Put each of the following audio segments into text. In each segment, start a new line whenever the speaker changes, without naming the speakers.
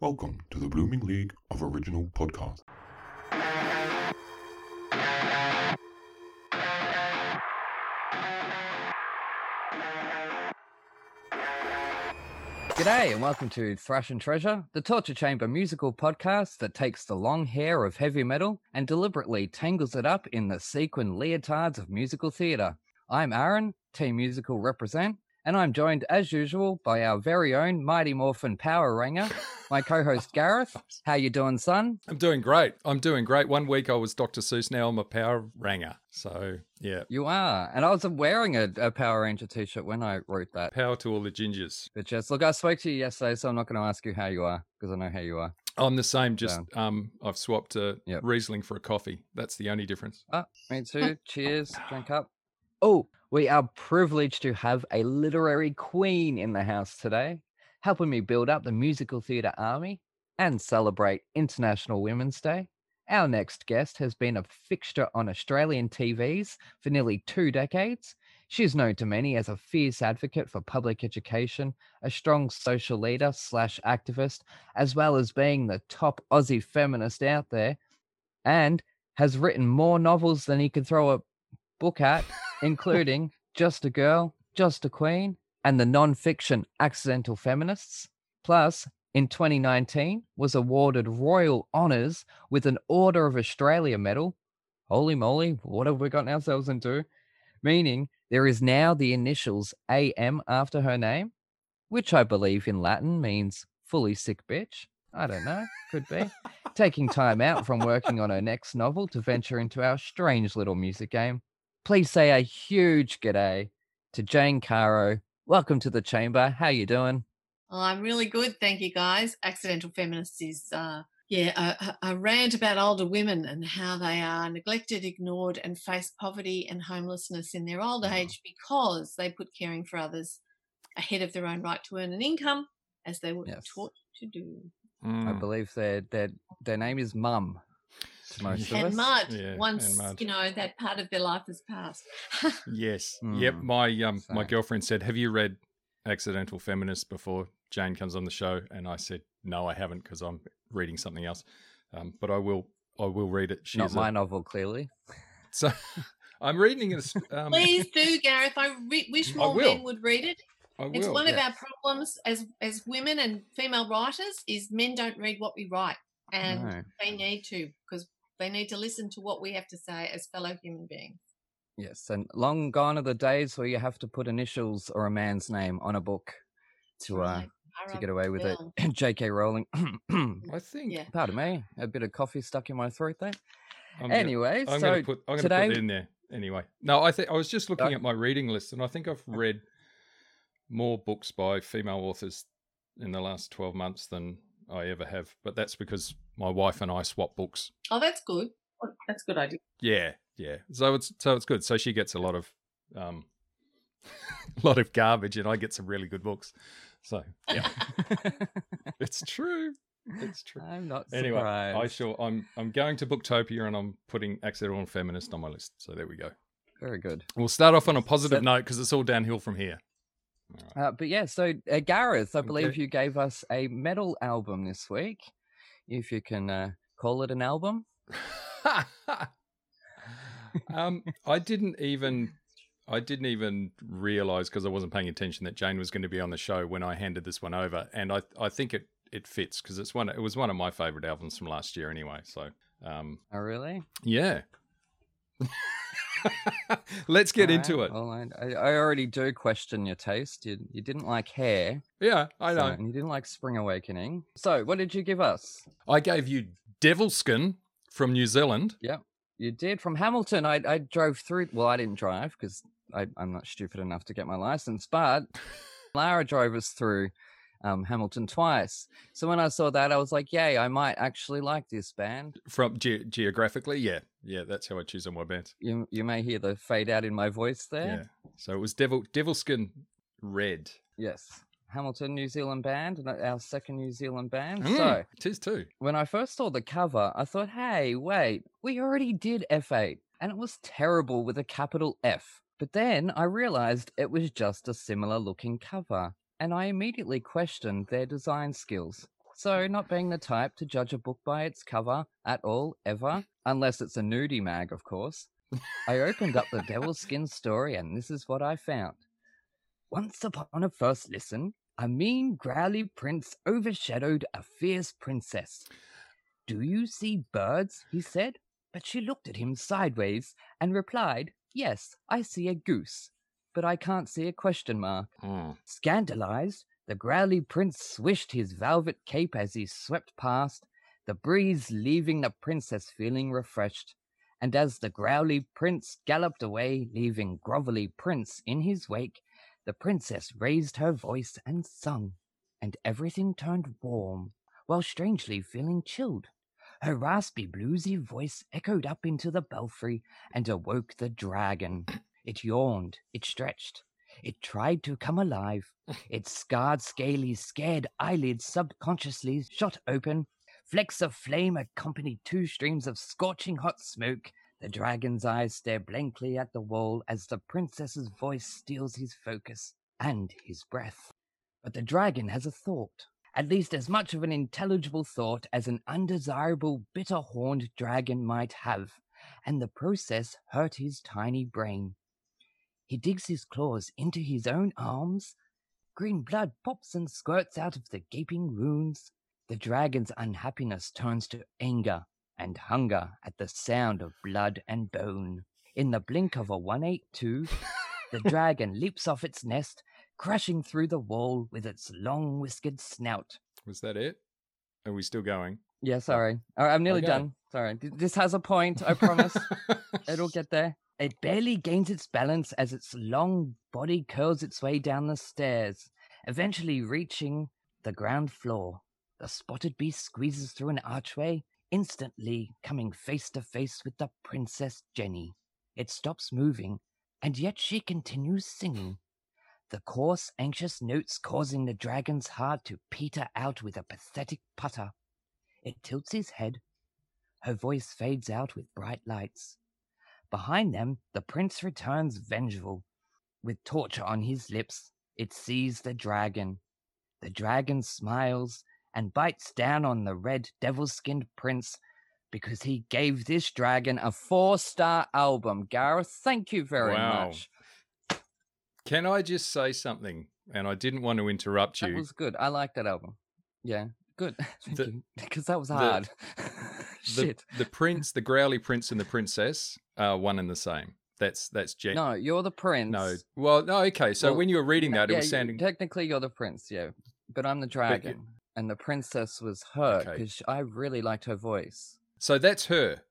Welcome to the Blooming League of Original Podcasts.
G'day and welcome to Thrash and Treasure, the torture chamber musical podcast that takes the long hair of heavy metal and deliberately tangles it up in the sequin leotards of musical theatre. I'm Aaron, Team Musical Represent, and I'm joined as usual by our very own Mighty Morphin Power Ranger, my co-host Gareth. How you doing, son?
I'm doing great. I'm doing great. One week I was Dr. Seuss, now I'm a power ranger. So, yeah.
You are. And I was wearing a, a Power Ranger t-shirt when I wrote that.
Power to all the gingers.
But just look, I spoke to you yesterday, so I'm not going to ask you how you are because I know how you are.
I'm the same, just um, I've swapped a
Yep.
Riesling for a coffee. That's the only difference.
Ah, me too. Cheers. Drink up. Oh, we are privileged to have a literary queen in the house today, helping me build up the musical theatre army and celebrate International Women's Day. Our next guest has been a fixture on Australian TVs for nearly two decades. She's known to many as a fierce advocate for public education, a strong social leader slash activist, as well as being the top Aussie feminist out there, and has written more novels than he could throw a book at, including Just a Girl, Just a Queen, and the non-fiction Accidental Feminists. Plus, in 2019, was awarded royal honours with an Order of Australia medal. Holy moly, what have we gotten ourselves into? Meaning there is now the initials AM after her name, which I believe in Latin means fully sick bitch. I don't know, could be taking time out from working on her next novel to venture into our strange little music game. Please say a huge g'day to Jane Caro. Welcome to the chamber. How you doing?
Oh, I'm really good, thank you guys. Accidental Feminists is uh, yeah a, a a rant about older women and how they are neglected, ignored, and face poverty and homelessness in their old
Mm-hmm.
age because they put caring for others ahead of their own right to earn an income, as they were
Yes.
taught to do.
I
Mm.
believe their their their name is Mum. To most of
Yeah.
us.
And mud,
Yeah, and Um,
once
mud.
you know that part of their life is past.
Yes. Yep.
Mm.
My um my
So-
girlfriend said, "Have you read Accidental Feminist before Jane comes on the show?" And I said, "No, I haven't because I'm reading something else." Um, but I will I will read it. She
Not
is a-
my novel, clearly.
So I'm reading it as- um
Please do, Gareth. I re- wish
I
more
will.
men would read it.
I will.
It's one of
yeah.
our problems as as women and female writers is men don't read what we write, and
No.
they need to because they need to listen to what we have to say as fellow human beings.
Yes, and long gone are the days where you have to put initials or a man's name on a book to uh,
Right.
to
Ara
get away with it.
Bill.
J.K. Rowling.
I think
Yeah.
Pardon me, a bit of coffee stuck in my throat there.
I'm gonna-
anyway,
I'm
so
gonna put I'm
today-
gonna put it in there anyway. No, I think I was just looking
Right.
at my reading list, and I think I've read more books by female authors in the last twelve months than I ever have. But that's because my wife and I swap books.
Oh, that's good. Oh, That's a good idea.
Yeah, yeah. So it's so it's good. So she gets a lot of um, a lot of garbage, and I get some really good books. So yeah, it's true. It's true.
I'm not surprised.
Anyway, I shall. I'm I'm going to Booktopia, and I'm putting Accidental and Feminist on my list. So there we go.
Very good.
We'll start off on a positive
Set-
note because it's all downhill from here.
Uh, but yeah, so uh, Gareth, I
Okay.
believe you gave us a metal album this week, if you can uh, call it an album.
um, I didn't even, I didn't even realize because I wasn't paying attention that Jane was going to be on the show when I handed this one over, and I, I think it, it fits because it's one, it was one of my favorite albums from last year anyway. So, um,
Oh, really?
yeah. Let's get
All right,
into it.
Well, I, I I already do question your taste. You, you didn't like hair,
yeah, I
so-
know.
and you didn't like Spring Awakening. So, what did you give us?
I gave you Devilskin from New Zealand.
You did from Hamilton. I, I drove through. Well, I didn't drive because I'm not stupid enough to get my license. But Lara drove us through um, Hamilton twice. So when I saw that, I was like, "Yay! I might actually like this band."
from ge- geographically yeah yeah that's how i choose on my bands
You you may hear the fade out in my voice there.
yeah so it was devil devil skin red
Yes, Hamilton, New Zealand band, and uh, our second New Zealand band.
Mm,
So
tis too
when I first saw the cover, I thought, hey, wait, we already did F8, and it was terrible with a capital F. But then I realized it was just a similar looking cover, and I immediately questioned their design skills. So, not being the type to judge a book by its cover at all, ever, unless it's a nudie mag, of course, I opened up the Devil's Skin story and this is what I found. Once upon a first listen, a mean, growly prince overshadowed a fierce princess. Do you see birds? he said, but she looked at him sideways and replied, Yes, I see a goose, but I can't see a question mark.
Mm.
Scandalized, the growly prince swished his velvet cape as he swept past, the breeze leaving the princess feeling refreshed. And as the growly prince galloped away, leaving grovelly prince in his wake, the princess raised her voice and sung, and everything turned warm, while strangely feeling chilled. Her raspy, bluesy voice echoed up into the belfry and awoke the dragon. It yawned, it stretched, it tried to come alive, its scarred, scaly, scared eyelids subconsciously shot open. Flecks of flame accompanied two streams of scorching hot smoke. The dragon's eyes stare blankly at the wall as the princess's voice steals his focus and his breath. But the dragon has a thought, at least as much of an intelligible thought as an undesirable, bitter horned dragon might have, and the process hurt his tiny brain. He digs his claws into his own arms, Green blood pops and squirts out of the gaping wounds. The dragon's unhappiness turns to anger and hunger at the sound of blood and bone. In the blink of a 182, the dragon leaps off its nest, crashing through the wall with its long whiskered snout.
Was that it? Are we still going?
Yeah, sorry. All right, I'm nearly
Okay.
done. Sorry. Th- This has a point, I promise. It'll get there. It barely gains its balance as its long body curls its way down the stairs, eventually reaching the ground floor. The spotted beast squeezes through an archway, instantly coming face to face with the Princess Jenny. It stops moving, and yet she continues singing. The coarse, anxious notes causing the dragon's heart to peter out with a pathetic putter. It tilts his head. Her voice fades out with bright lights. Behind them, the prince returns vengeful. With torture on his lips, it sees the dragon. The dragon smiles and bites down on the red devil skinned prince because he gave this dragon a four star album. Gareth, thank you very
Wow.
much.
Can I just say something? And I didn't want to interrupt
That
you.
was good. I like that album. Yeah, good. Thank
The-
you. Because that was
the-
hard.
the,
Shit.
the prince, the growly prince, and the princess are one and the same. That's that's Jen.
No, you're the prince.
no. Well, no. Okay. So
Well,
when you were reading that, it
yeah,
was
you-
sounding.
technically you're the prince, yeah, but I'm the dragon, and the princess was her
Okay.
because I really liked her voice.
So that's her.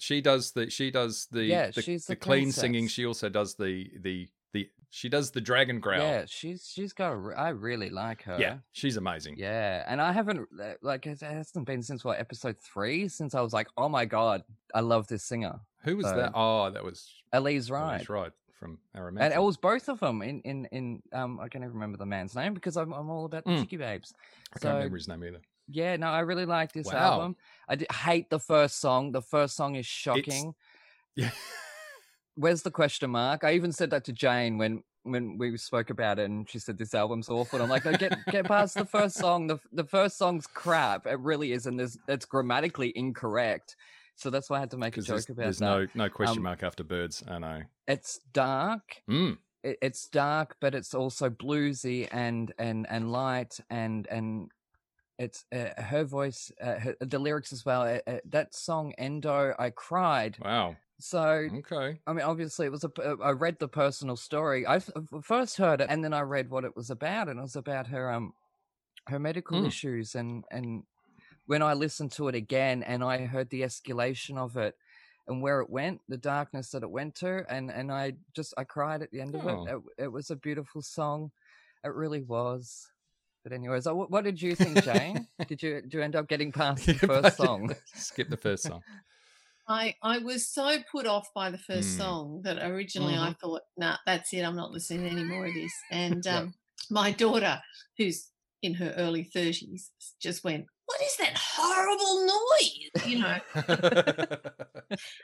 She does the she does the
Yeah,
the,
she's
the
the
clean singing.
princess.
She also does the the the she does the dragon growl.
Yeah, she's she's got. A, re- I really like her.
Yeah, she's amazing.
Yeah, and I haven't uh, like it hasn't been since what episode three since I was like, oh my god, I love this singer,
Who was
So-
that? Oh, that was
Elise
right.
Wright.
right from Aramaic.
And it was both of them in in in um I can't even remember the man's name because I'm I'm all about the
Mm.
chicky babes.
I can't
So
remember his name either.
yeah, no, I really like this
Wow.
album. I d- hate the first song. The first song is shocking.
Yeah.
where's the question mark? I even said that to Jane when when we spoke about it, and she said this album's awful. And I'm like, no, get get past the first song. The the first song's crap. It really is, and there's it's grammatically incorrect. So that's why I had to make a
Because
joke
there's,
about
there's
that.
no no question
Um,
mark after birds. I know.
It's dark.
Mm.
It, it's dark, but it's also bluesy and and and light and and. It's uh, her voice, uh, her, the lyrics as well. Uh, uh, that song "Endo," I cried.
Wow.
So
Okay.
I mean, obviously, it was a. p- uh, I read the personal story. I f- first heard it, and then I read what it was about, and it was about her um, her medical
Hmm.
issues, and and when I listened to it again, and I heard the escalation of it, and where it went, the darkness that it went to, and and I just I cried at the end of
Oh.
it. it. It was a beautiful song, it really was. But anyways, uh, wh- what did you think, Jane? did you do you end up getting past the
Yeah,
first
but-
song?
Skip the first song.
I, I was so put off by the first
Hmm.
Mm.
song that originally
Mm-hmm.
I thought, nah, that's it. I'm not listening to any more of this. And um, my daughter, who's in her early 30s, just went, What is that horrible noise? You know,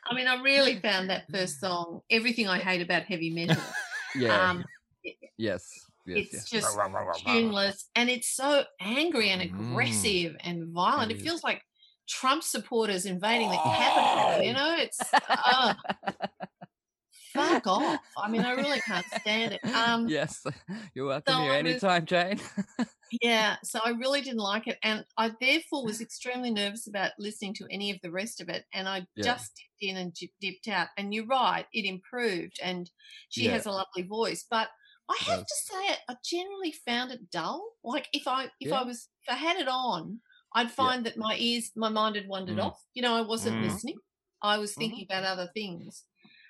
I mean, I really found that first song, everything I hate about heavy metal.
Yeah.
Um,
yes. yes,
it's
yes.
just tuneless and it's so angry and
Mm.
aggressive and violent.
It
It
is.
feels like Trump supporters invading the Capitol.
Oh.
You know, it's uh, fuck off. I mean, I really can't stand it. Um,
yes, you're welcome
so
here
I was-
anytime, Jane.
yeah, so I really didn't like it, and I therefore was extremely nervous about listening to any of the rest of it. And I
Yeah.
just dipped in and dip- dipped out. And you're right, it improved, and she
Yeah.
has a lovely voice. But I
It
have to say, I generally found it dull. Like if I if
Yeah.
I was if I had it on, I'd find that my ears, my mind had wandered
Mm.
off. You know, I wasn't
Mm-hmm.
Mhm.
listening. I was thinking about other things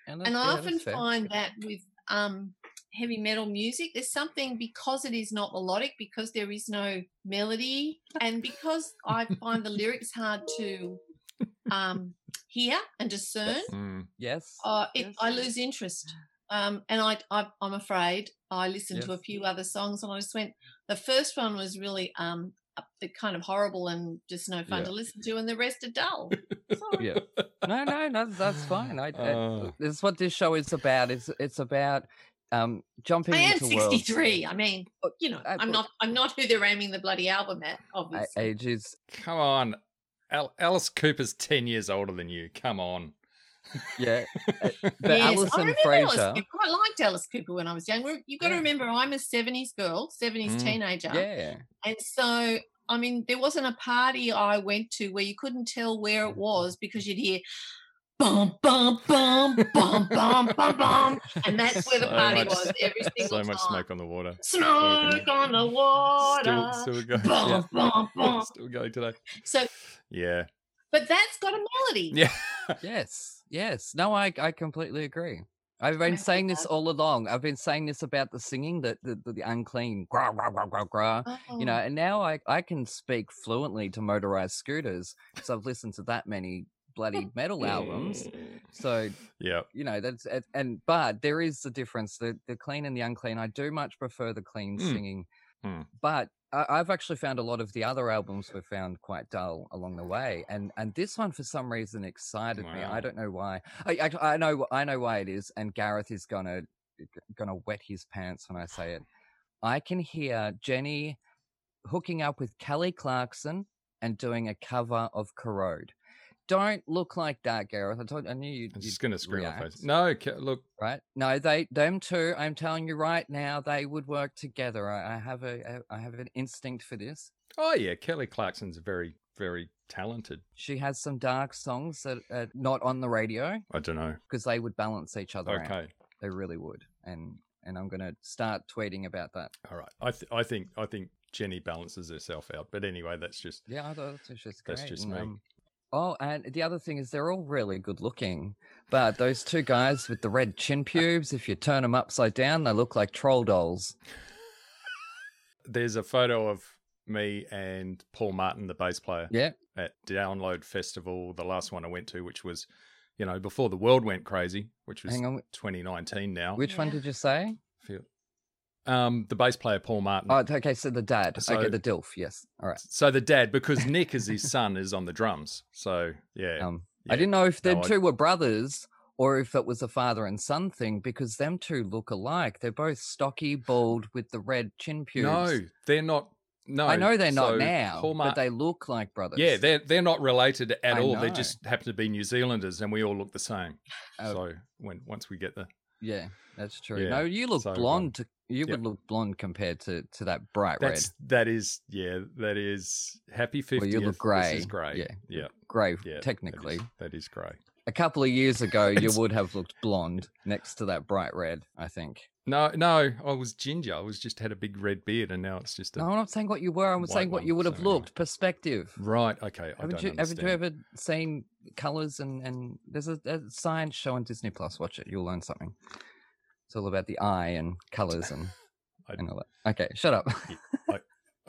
that's-
and I
yeah, that's
often
fair.
find that with um, heavy metal music, there's something because it is not melodic, because there is no melody, and because I find the lyrics hard to um, hear and discern.
Mm.
yes.
Uh, it,
Yes.
I lose interest, um, and I, I I'm afraid I listened to a
Yes.
few other songs, and I just went. The first one was really um, up- kind of horrible and just no fun
Yeah.
to listen to, and the rest are dull. So-
oh, Yeah. no, no, no, that's fine. I, I-
Uh.
this is what this show is about. It's it's about um jumping
I am
into worlds.
63. I mean, you know,
I-
I'm not. I'm not who they're aiming the bloody album at.
A-
Obviously,
Age is
Come on. Al- Alice Cooper's 10 years older than you. Come on.
yeah, uh, but
Yes, I
Alison
remember
Fraser.
Alice Cooper. I liked Alice Cooper when I was younger. You've got to
Yeah.
remember, I'm a 70s girl, 70s
Mm.
teenager,
Yeah,
and so I mean, there wasn't a party I went to where you couldn't tell where it was because you'd hear. Bum bum bum bum bum bum bum, and that's where the
So
party
much-
was every single
So
time.
much smoke on the water.
Smoke on the water.
Still, still going.
Bum, bum, bum.
Still going today.
So,
Yeah.
but that's got a melody.
Yeah.
yes, yes. No, I I completely agree. I've been
Remember
saying this
that.
all along. I've been saying this about the singing, the the, the, the unclean, grah, grah, grah, grah, grah. you know.
Oh.
And now I I can speak fluently to motorized scooters because I've listened to that many bloody metal albums. So
Yeah.
you know that's and- and but there is the difference the the clean and the unclean i do much prefer the clean
Mm.
singing
Mm.
but I, i've actually found a lot of the other albums were found quite dull along the way and and this one for some reason excited me
Wow.
i don't know why I, I i know i know why it is and gareth is gonna gonna wet his pants when i say it i can hear jenny hooking up with kelly clarkson and doing a cover of corrode don't look like that gareth i told i knew you
I'm just going to scream my
react.
face. No, ca- look.
right? No, they them two. I'm telling you right now, they would work together. I, I have a I have an instinct for this.
Oh, yeah. Kelly Clarkson's very, very talented.
She has some dark songs that are not on the radio
I don't know.
because they would balance each other out.
Okay.
They really would, and and I'm gonna start tweeting about that.
All right. I, th- I think, I think Jenny balances herself out. But anyway, that's just.
Yeah, I thought that's just great.
That's just
and,
me.
oh, and the other thing is they're all really good looking, but those two guys with the red chin pubes, if you turn them upside down, they look like troll dolls.
There's a photo of me and Paul Martin, the bass player,
Yeah.
at Download Festival, the last one I went to, which was, you know, before the world went crazy, which was
Hang on,
2019 now.
which one
Yeah.
did you say?
Feel- Um, the bass player Paul Martin.
Oh, okay. So the dad. okay,
Mm. So-
the DILF. Yes. All right.
so the dad, because Nick is his son, is on the drums. So yeah,
Um,
yeah.
I didn't know if the
No, I-
two were brothers or if it was a father and son thing because them two look alike. They're both stocky, bald, with the red chin pubes.
no, they're not. No,
I know they're not
so
now,
Paul Mar-
but they look like brothers.
yeah, they're they're not related at
I
all. They
know.
just happen to be New Zealanders, and we all look the same.
Oh.
so when once we get the
yeah, that's true.
Yeah,
No, you look
so, um,
blonde. To, you
yep.
would look blonde compared to to that bright red,
that's that is yeah that is happy
Well,
fifty.
you look
This
grey.
is grey.
Yeah.
yeah,
grey.
yeah, that is-
technically,
that is grey.
a couple of years ago, you
It's-
would have looked blonde next to that bright red. I think.
No, no, I was ginger. I was just had a big red beard, and now it's just a
No, I'm not saying what you were. I'm
white
saying what
one,
you would have
so anyway.
looked. Perspective.
right. Okay,
Haven't
I don't
you, haven't you
understand.
ever seen colors and and there's a, a science show on Disney Plus? Watch it, you'll learn something. It's all about the eye and colors and
I-
and all that. Okay, shut up.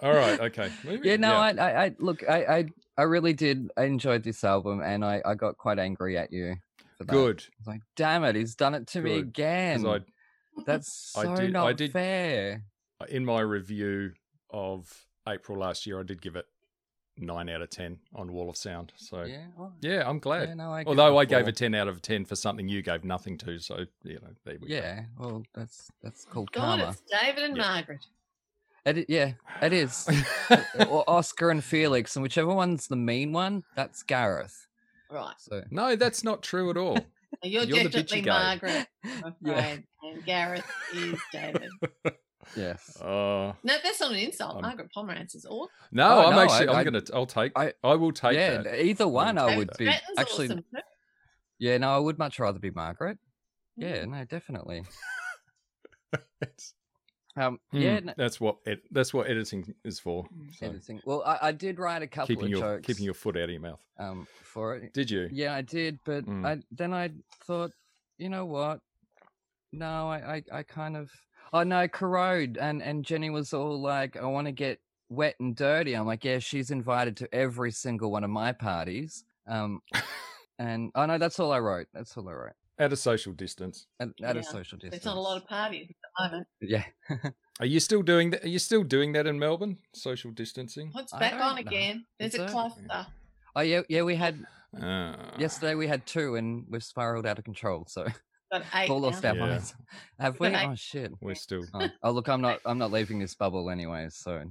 All right, okay. Moving-
yeah, no, I, I I look, I I I really did. I enjoyed this album, and I I got quite angry at you. For that.
good.
I was like, damn it, he's done it to me
Good, 'cause
again.
I
That's so
I did- I
not
did-
fair.
in my review of April last year, I did give it nine out of ten on Wall of Sound. So yeah,
yeah, well,
I'm glad.
yeah, no, I give it
Although
a
I gave
four.
a ten out of ten for something you gave nothing to, so you know there we go.
Yeah, well, that's that's called
God,
karma.
it's David and
Yeah.
Margaret.
It i- yeah, it is. or Oscar and Felix, and whichever one's the mean one, that's Gareth.
Right.
So
no, that's not true at all.
You're,
You're the bitchy
definitely
guy.
Margaret, I'm
yeah,
afraid. And Gareth is David.
yes.
Uh,
No, that's not an insult.
Um,
Margaret Pomerantz is awesome.
no,
Oh,
I'm
no,
actually.
I-
I, am
I-
gonna. I'll take. I,
I-
will take
Yeah,
that.
either one I
take
would
that.
be.
Stratton's
Actually,
awesome too.
yeah, no, I would much rather be Margaret.
Hmm.
Yeah, no, definitely. Um, yeah,
Hmm,
no,
that's what it. That's what editing is for. So
interesting. Well, I, I did write a couple
keeping
of
your
jokes
keeping your foot out of your mouth.
um for it.
Did you?
Yeah, I did, but
Mm.
I then I thought, you know what? No, I I, I kind of oh no, corrode and and Jenny was all like, I want to get wet and dirty. I'm like, yeah, she's invited to every single one of my parties. Um, and oh no, that's all I wrote. That's all I wrote.
At a social distance.
At, at
Yeah,
a social distance.
There's not a lot of parties at the moment.
yeah.
Are you still doing that? Are you still doing that in Melbourne? Social distancing.
What's
I
back
don't
on
know.
again? There's
Is
a
it?
cluster.
Oh yeah, yeah. We had
Uh,
yesterday. We had two, and we've spiraled out of control. So
Got eight.
all lost
now.
our
Yeah.
minds. Have we?
But I-
Oh shit.
We're still.
Oh, oh look, I'm not. I'm not leaving this bubble anyway. So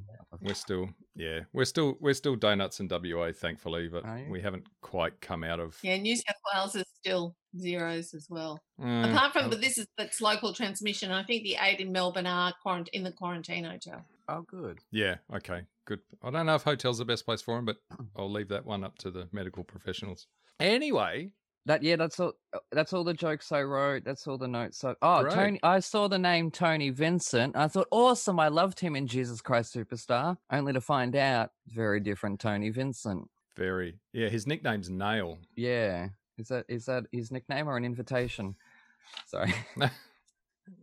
We're still. Yeah. We're still. We're still donuts in WA, thankfully, but
Are you?
we haven't quite come out of.
Yeah, New South Wales is still zeros as well.
Uh,
Apart from,
oh.
but this is that's local transmission. I think the eight in Melbourne are quarant- in the quarantine hotel.
oh good.
yeah. Okay. Good. I don't know if hotel's the best place for them, but I'll leave that one up to the medical professionals. Anyway,
That yeah, that's all. uh, That's all the jokes I wrote. That's all the notes. I, oh,
Great.
Tony! I saw the name Tony Vincent. I thought, awesome! I loved him in Jesus Christ Superstar. Only to find out, very different Tony Vincent.
very. Yeah. His nickname's Nail.
Yeah, is that is that his nickname or an invitation? Sorry,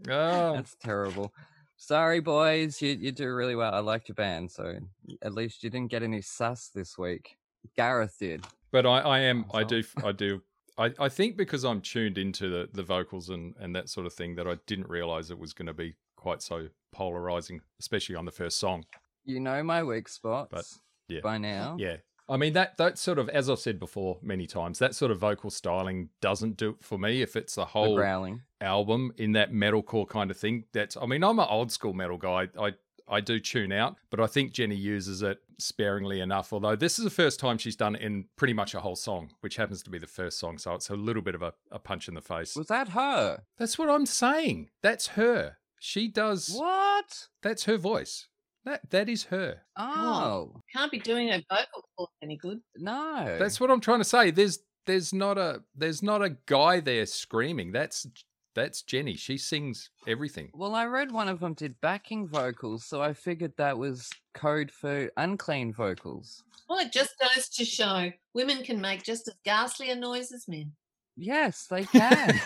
Oh,
that's terrible. Sorry, boys. You you do really well. I liked your band, so at least you didn't get any sus this week. Gareth did.
but I, I am I
Myself.
do I do I, I think because I'm tuned into the, the vocals and, and that sort of thing that I didn't realize it was going to be quite so polarizing, especially on the first song.
You know my weak spots
yeah.
by
Oh.
now.
Yeah. I mean that that sort of as I've said before many times, that sort of vocal styling doesn't do it for me if it's the
The
whole
growling.
album in that metalcore kind of thing. That's I mean, I'm an old school metal guy. I I do tune out, but I think Jenny uses it sparingly enough. Although this is the first time she's done it in pretty much a whole song, which happens to be the first song, so it's a little bit of a, a punch in the face.
Was that her?
That's what I'm saying. That's her. She does
What?
that's her voice. That that is her.
Oh,
Can't be doing a vocal cords any good.
no.
That's what I'm trying to say. There's there's not a there's not a guy there screaming. That's that's Jenny. She sings everything.
well, I read one of them did backing vocals, so I figured that was code for unclean vocals.
Well, it just goes to show women can make just as ghastly a noise as men.
Yes, they can.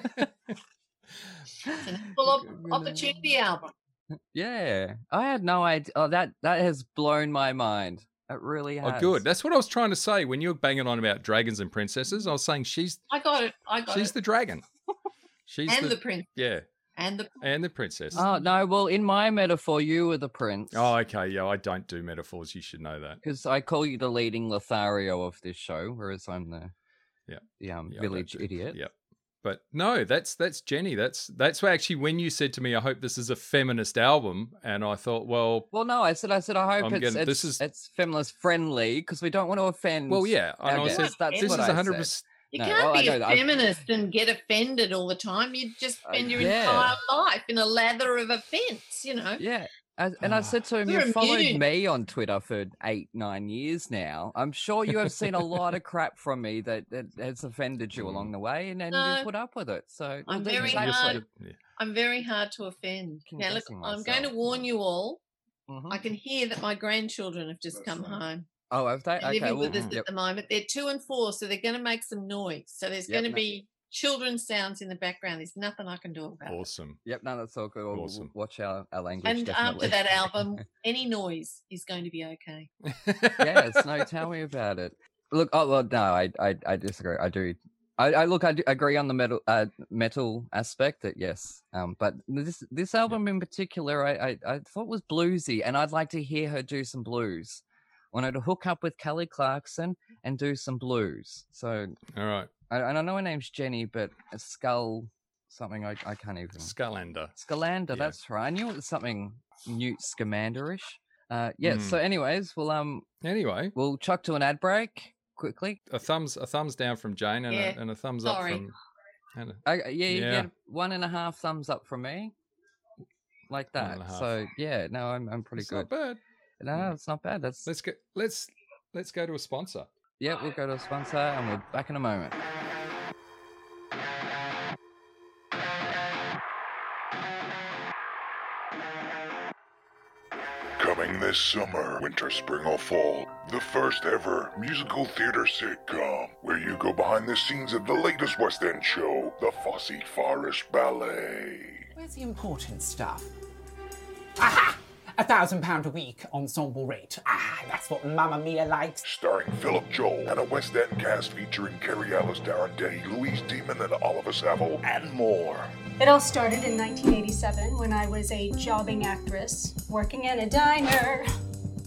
It's an equal op- opportunity
Mm.
album.
yeah, I had no idea. Oh, that that has blown my mind. It really has.
Oh, good. That's what I was trying to say when you were banging on about dragons and princesses. I was saying she's
I got it. I got
she's
it.
the dragon. She's
and
the,
the prince.
yeah,
And the
and the princess.
Oh no! Well, in my metaphor, you were the prince.
oh, okay. Yeah, I don't do metaphors. You should know that.
because I call you the leading Lothario of this show, whereas I'm the
Yeah.
the um,
Yeah, I don't
village
do-
idiot.
Yeah. But no, that's that's Jenny. That's that's why actually when you said to me, I hope this is a feminist album, and I thought, well,
Well, no, I said, I said, I hope
I'm
it's
getting-
it's,
this is-
it's feminist friendly because we don't want to offend.
well, yeah. And
our
I
guess
said,
guests. That's
this
what
is
I
hundred
said.
percent.
You
No,
can't
oh, I
be
know,
a
I-
feminist and get offended all the time. You'd just
Uh,
spend your
yeah.
entire life in a lather of offence, you know.
Yeah. As, and I
Ah.
said to him,
You're
You've followed
immune."
me on Twitter for eight, nine years now. I'm sure you have seen a lot of crap from me that, that has offended
Mm-hmm.
you along the way, and then
No.
you put up with it. So,
I'm
that's
very
exactly-
hard. I'm very hard to offend.
Can
Now, look,
guessing
I'm going to
myself.
warn you all.
Mhm.
I can hear that my grandchildren have just come home.
Oh, have they?
They're
Okay.
living
Well,
with us
yep.
at the moment. They're two and four, so they're going to make some noise. So there's
Yep,
going to
no.
be children's sounds in the background. There's nothing I can do about it.
Awesome.
yep. No, that's all good. We'll- we'll
Awesome.
watch our, our language.
And after
definitely.
that album, any noise is going to be okay.
yes. No, tell me about it. Look, oh well, no, I, I, I disagree. I do. I, I look. I do agree on the metal, uh, metal aspect. That yes, um, but this this album in particular, I, I, I thought was bluesy, and I'd like to hear her do some blues. wanted to hook up with Kelly Clarkson and do some blues. So
All right.
I, and I know her name's Jenny, but a skull something I, I can't even.
Skullander.
Scalander,
Yeah.
that's right. I knew it was something Newt Scamanderish. Uh, yeah. So, anyways, we'll um
Anyway,
we'll chuck to an ad break quickly.
a thumbs a thumbs down from Jane and,
Yeah,
a, and a thumbs
sorry.
up from. And a,
I, yeah, you
Yeah.
get one and a half thumbs up from me, like
One and
that.
a half.
So yeah, no, I'm I'm pretty
it's
good.
not bad.
No,
yeah.
it's not bad. That's
Let's go. Let's let's go to a sponsor.
yeah. We'll go to a sponsor, and we're back in a moment.
Coming this summer, winter, spring, or fall, the first ever musical theater sitcom where you go behind the scenes of the latest West End show, the Fosse Forest Ballet.
Where's the important stuff? Aha! A thousand pound a week ensemble rate. Ah, that's what Mamma Mia likes.
Starring Philip Joel and a West End cast featuring Carrie Alice Darrendetti, Louise Demon, and Oliver Saville, and more.
It all started in 1987 when I was a jobbing actress working at a diner.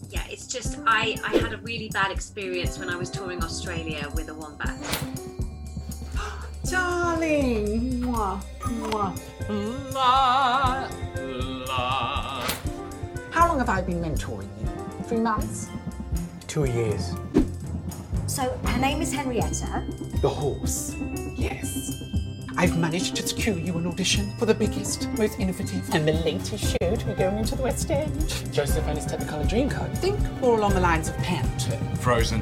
Yeah, it's just I, I had a really bad experience when I was touring Australia with a wombat.
Darling! Mwah, mwah. La, la. How long have I been mentoring you?
Three months.
Two years.
So her name is Henrietta.
The horse. Yes. I've managed to secure you an audition for the biggest, most innovative, and the latest show to be going into the West End. Joseph and his Technicolor Dreamcoat. Think more along the lines of Panther.
Frozen.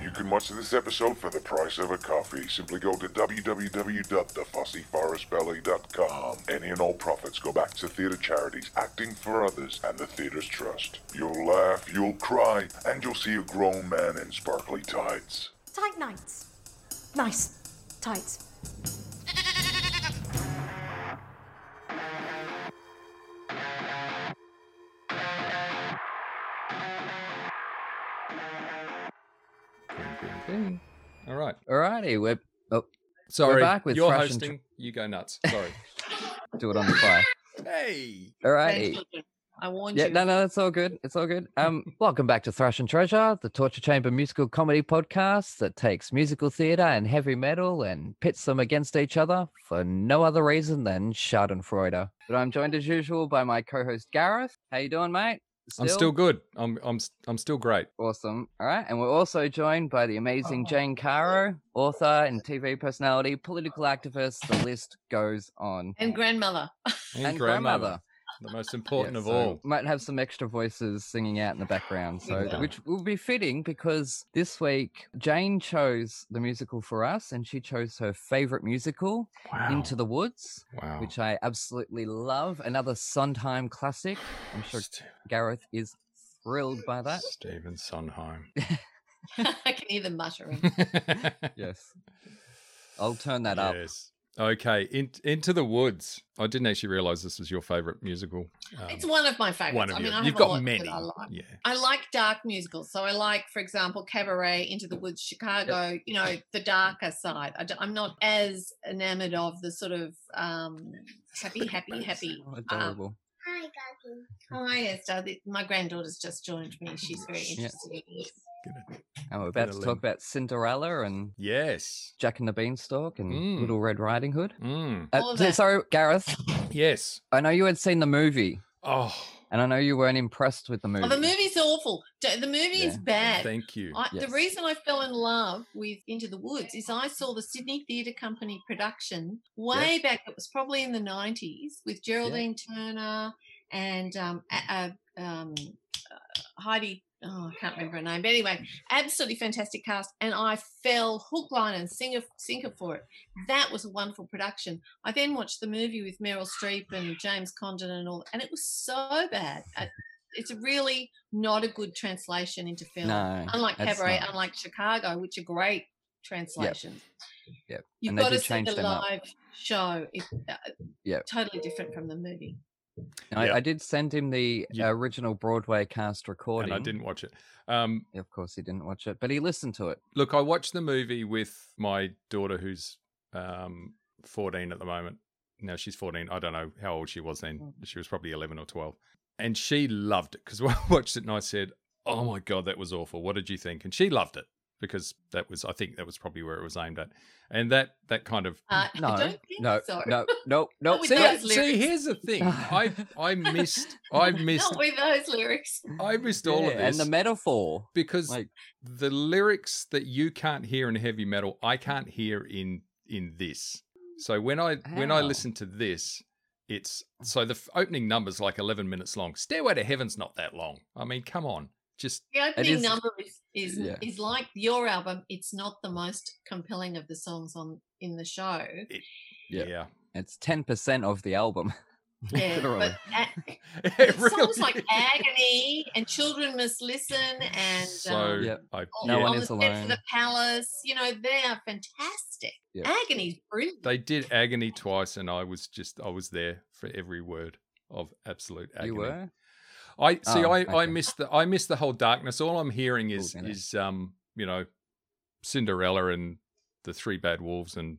You can watch this episode for the price of a coffee. Simply go to www.thefossyforestbelly.com. Any and all profits go back to theatre charities, acting for others, and the Theatres Trust. You'll laugh, you'll cry, and you'll see a grown man in sparkly tights.
Tight nights. Nice. Tights.
All right.
Alrighty, we're oh,
Sorry,
back with
you're
Thrash and Tr-
hosting. you go nuts. Sorry.
do it on the fly.
hey.
Alrighty.
I warned
Yeah,
you.
no, no, that's all good. It's all good. Um, welcome back to Thrash and Treasure, the Torture Chamber musical comedy podcast that takes musical theatre and heavy metal and pits them against each other for no other reason than Schadenfreude. But I'm joined as usual by my co-host Gareth. How you doing, mate?
I'm still good. I'm I'm s- I'm still great.
Awesome. All right. And we're also joined by the amazing Jane Caro, author and TV personality, political activist. The list goes on.
And grandmother.
And, grandmother, the most
Yeah,
important of
so
all.
Might have some extra voices singing out in the background, so
Yeah.
which will be fitting because this week Jane chose the musical for us, and she chose her favorite musical, Into the Woods,
Wow.
which I absolutely love. Another Sondheim classic. I'm sure
Ste-
Gareth is thrilled by that.
Stephen Sondheim.
I can hear them muttering.
Yes, I'll turn that up.
Yes. Okay. In, into the woods. I didn't actually realize this was your favorite musical. Um,
It's one of my favorites.
one of
I mean,
your-
I have
You've
a lot
got
that
many.
I like.
Yeah.
I like dark musicals. So I like, for example, Cabaret, Into the Woods, Chicago, you know, the darker side. I, am not as enamored of the sort of um, happy, happy, happy.
Oh, Adorable.
Hi, Gaggy.
Hi, Esther. Th- My granddaughter's just joined me. She's very
Yeah.
interested in this.
Gonna-
and we're about to
Adrenaline.
talk about Cinderella and
Yes.
Jack and the Beanstalk and
Mm.
Little Red Riding Hood.
Mm.
Uh,
All
so-
that.
sorry, Gareth.
Yes.
I know you had seen the movie.
Oh,
And I know you weren't impressed with the movie.
Oh, the movie's awful. D- The movie
Yeah.
is bad.
thank you.
I,
Yes.
The reason I fell in love with Into the Woods is I saw the Sydney Theatre Company production way back. It was probably in the nineties with Geraldine Turner and um, a, a, um, uh, Heidi. Oh, I can't remember her name, but anyway, absolutely fantastic cast, and I fell hook, line, and sinker, sinker for it. That was a wonderful production. I then watched the movie with Meryl Streep and James Condon and all, and it was so bad. Uh, It's really not a good translation into film
No.
unlike
that's
cabaret,
not-
unlike Chicago, which are great translations.
Yep,
You've
and they
got
do
to see
change
the
them up.
live show. It's uh,
Yep.
totally different from the movie.
I,
Yeah.
I did send him the
You-
original Broadway cast recording.
and I didn't watch it. Um,
Of course, he didn't watch it, but he listened to it.
look, I watched the movie with my daughter, who's um,
Mm.
14 at the moment. Now she's 14. I don't know how old she was then. She was probably 11 or 12. and she loved it because when I watched it and I said, "Oh my god, that was awful. What did you think?" And she loved it because that was, I think, that was probably where it was aimed at, and that that kind of
Uh, I
No,
don't think
no,
so.
no, no, no.
with
See,
those
it?
see, here's the thing, I I missed, I missed,
Not with those lyrics.
I missed all of
Yeah,
this
and the metaphor.
because
Like,
the lyrics that you can't hear in heavy metal i can't hear in in this so when i when i
How?
listen to this it's so the f- opening numbers like 11 minutes long stairway to heaven's not that long i mean come on just
The opening
is-
number is is,
yeah.
is like your album. It's not the most compelling of the songs on in the show.
Yeah.
yeah,
it's ten percent of the album.
Yeah,
Literally.
but a-
It
songs
really
like
is.
agony and children must listen and
so
um,
Yep.
I,
On-
No
yeah,
one
on
is
the steps
alone.
of the palace. You know, they are fantastic.
Yep.
Agony's brilliant.
they did agony twice and i was just i was there for every word of absolute agony
You were.
I see.
Oh,
I I
okay.
miss the I miss the whole darkness. All I'm hearing is
Cool, yeah.
is um you know Cinderella and the three bad wolves and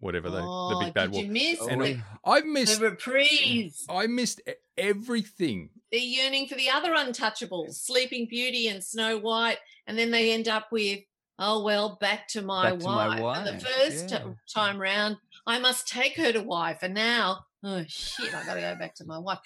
whatever they the big bad
Oh, did
wolf.
you miss
and
the,
Oh,
I've
the
missed
reprise?
I missed e- everything.
They're yearning for the other untouchables, Sleeping Beauty and Snow White, and then they end up with, oh well, back to my
Back to my
wife. And the
wife,
first
yeah.
time round, I must take her to wife, and now, oh shit, I got to go back to my wife.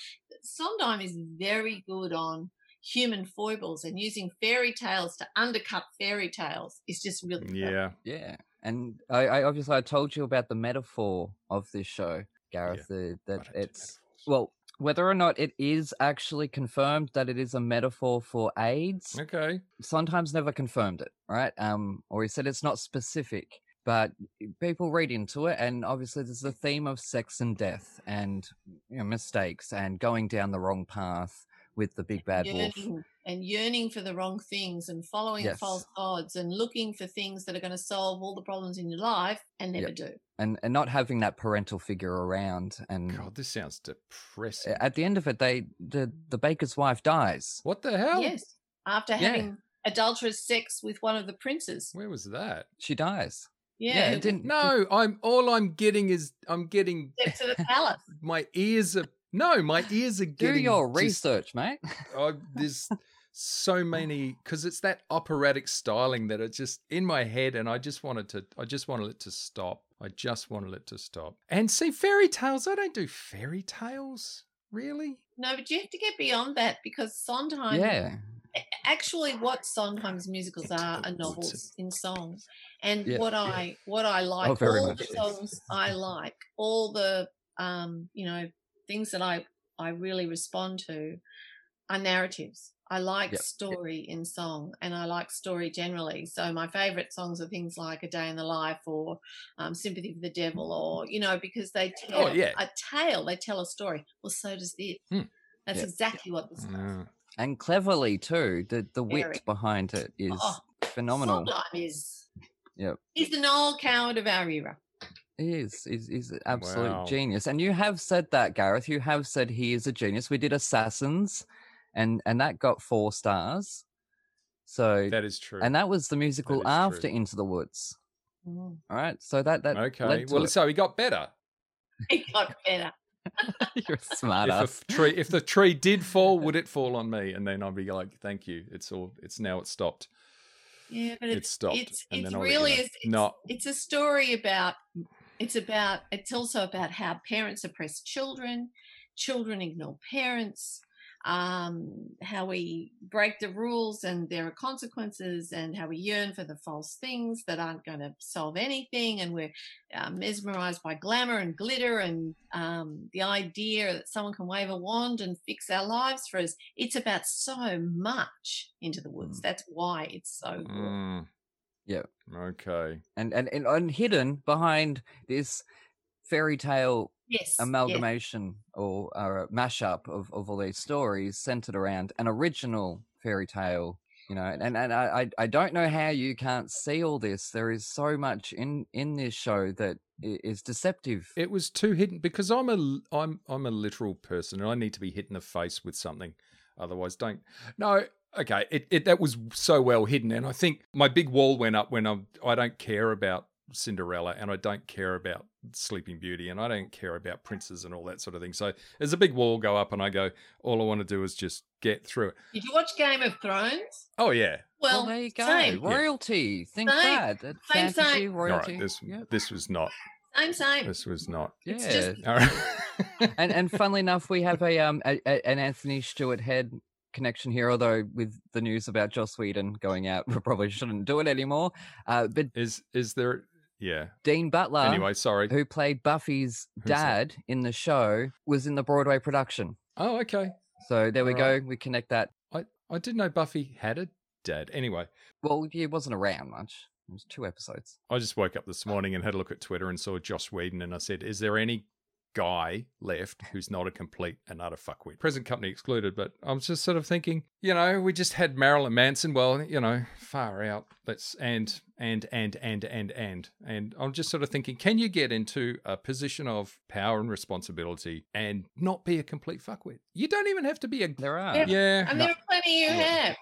Sondheim is very good on human foibles and using fairy tales to undercut fairy tales is just really clever.
Mm, Yeah,
Yeah, and I, I obviously I told you about the metaphor of this show, Gareth. The,
I
that
don't do
it's
metaphors.
well, whether or not it is actually confirmed that it is a metaphor for AIDS,
okay.
sometimes never confirmed it, right? Um, or he said it's not specific, but people read into it, and obviously there's the theme of sex and death, and you know, mistakes, and going down the wrong path with the big bad wolf.
yearning and yearning for the wrong things and following
Yes.
false gods and looking for things that are going to solve all the problems in your life and never
Yep.
do.
and and not having that parental figure around and
God, this sounds depressing.
Mm. a- at the end of it they the the baker's wife dies
what the hell?
Yes. After
Oh. Yeah.
having adulterous sex with one of the princes.
Where was that?
she dies
Yeah.
it didn't
No, I'm all I'm getting is I'm getting
Steps to the palace.
my ears are no, my ears are
do
getting
your
just-
research mate
I, there's so many because it's that operatic styling that it's just in my head, and I just wanted to. I just wanted it to stop. I just wanted it to stop. And see, fairy tales. I don't do fairy tales really.
No, but you have to get beyond that because Sondheim
yeah
actually what Sondheim's musicals
Into
are
the
are
woods
novels in song. And
Yeah. Oh,
what I what I like
very
all
much
the
so.
songs I like, all the um, you know, things that I I really respond to are narratives. I like
Yep.
story in song and I like story generally. So my favorite songs are things like A Day in the Life or um, Sympathy for the Devil or, you know, because they
Oh,
tell
yeah.
a tale, they tell a story. Well, so does this.
Hmm.
That's
Yep.
exactly what this is.
Mm.
No.
and cleverly too the the
Very.
wit behind it is
Oh,
phenomenal
Sondheim is.
Yep.
He's the Noel Coward of our era.
he is is is an absolute
Wow.
genius and you have said that gareth you have said he is a genius we did assassins and and that got four stars so
That is true.
and that was the musical
is true.
after into the woods
Mm.
all right so that that
okay.
led to
Well,
it.
so he got better.
It got better.
you're a
If
smart
the
ass
f- tree, if the tree did fall, would it fall on me? And then I'd be like, "Thank you. It's all. It's now. It stopped.
Yeah, but
It
it's
stopped,
It's,
and
it's
then I'll let you
really
know.
is. It's,
No.
it's a story about. It's about. It's also about how parents oppress children, children ignore parents, um, how we break the rules and there are consequences, and how we yearn for the false things that aren't going to solve anything, and we're uh, mesmerized by glamour and glitter and um, the idea that someone can wave a wand and fix our lives for us. It's about so much into the woods. That's why it's so good.
Mm.
Yeah.
Okay.
and and, and and hidden behind this fairy tale
Yes. yes.
amalgamation or uh, mashup of, of all these stories centered around an original fairy tale you know and, and I, I I don't know how you can't see all this there is so much in in this show that i- is deceptive
It was too hidden because I'm a l- I'm I'm a literal person and I need to be hit in the face with something, otherwise don't. No, okay, it, it that was so well hidden, and I think my big wall went up when I'm I don't care about Cinderella and I don't care about Sleeping Beauty and I don't care about princes and all that sort of thing. So there's a big wall go up and I go, all I want to do is just get through it.
Did you watch Game of Thrones?
Oh yeah.
Well,
Well,
there you go.
same,
Royalty. Think
Same.
that. That
Same, same.
fantasy
All
royalty.
right. This
Yep.
this was not.
same, same.
This was not.
Yeah.
it's just-
All right.
and and funnily enough, we have a um a, a- an Anthony Stewart head connection here. Although with the news about Joss Whedon going out, we probably shouldn't do it anymore. Uh, but
is is there? Yeah.
Dean Butler,
Anyway, sorry.
Uh, who played Buffy's
that?
dad in the show, was in the Broadway production.
Oh, okay.
So there we
Alright.
go. We connect that.
I I didn't know Buffy had a dad. Anyway,
Well, he wasn't around much. It was two episodes.
I just woke up
Oh.
this morning and had a look at Twitter and saw Joss Whedon and I said, "Is there any guy left who's not a complete and utter fuckwit?" Present company excluded, but I was just sort of thinking, you know, we just had Marilyn Manson. Well, you know, far out. Let's and and and and and and and I'm just sort of thinking, can you get into a position of power and responsibility and not be a complete fuckwit? You don't even have to be a
There are.
Yeah.
yeah.
And
no.
there are plenty who
Yeah.
have.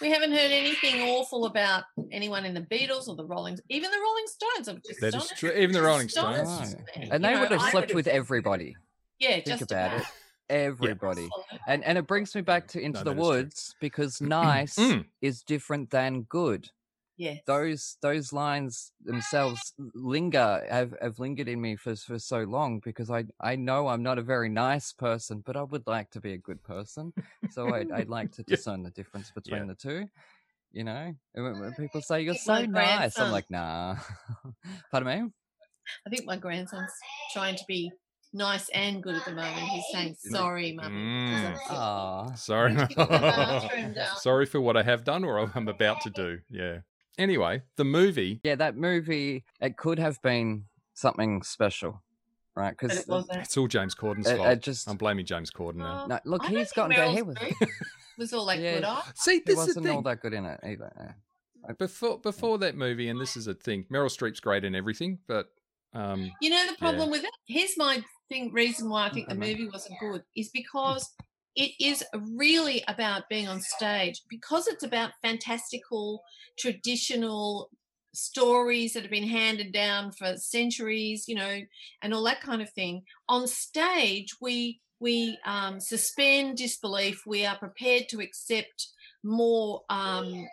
We haven't heard anything awful about anyone in the Beatles or the Rolling, even the Rolling Stones. I'm just
That is true. Even the Rolling
Stones.
Yeah.
And they would have slept with everybody.
Yeah,
Think
just
about it. Everybody. And and it brings me back to Into
No,
the
that is true.
Woods because nice
Mm.
is different than good.
Yes.
Those those lines themselves linger have, have lingered in me for for so long because I I know I'm not a very nice person, but I would like to be a good person. So I'd, I'd like to
Yeah.
discern the difference between
Yeah.
the two. You know, And when, when people say you're
Like
so
my
nice, I'm
grandson.
like, nah. Pardon me.
I think my grandson's trying to be nice and good at the moment. He's saying, sorry, mum. 'cause
Mm.
I'm sick."
Ah,
Sorry.
Just give it a bathroom down.
Sorry for what I have done or I'm about to do. Yeah. Anyway, the movie.
yeah, that movie. It could have been something special, right?
But
Because
it wasn't.
It's all James Corden's
It-
fault.
it just-
I'm blaming James Corden now.
No, look,
I don't
he's
think
gotten
Meryl
better. He was,
Streep was all like,
Yeah.
good off.
See,
he
this is the
wasn't all
thing.
that good in it either. yeah.
Before before that movie, and this is a thing. Meryl Streep's great in everything, but um,
You know the
Yeah.
problem with it. Here's my thing. Reason why I think the
Mhm.
movie wasn't good is because it is really about being on stage. Because it's about fantastical, traditional stories that have been handed down for centuries, you know, and all that kind of thing. On stage, we we um, suspend disbelief. We are prepared to accept more um,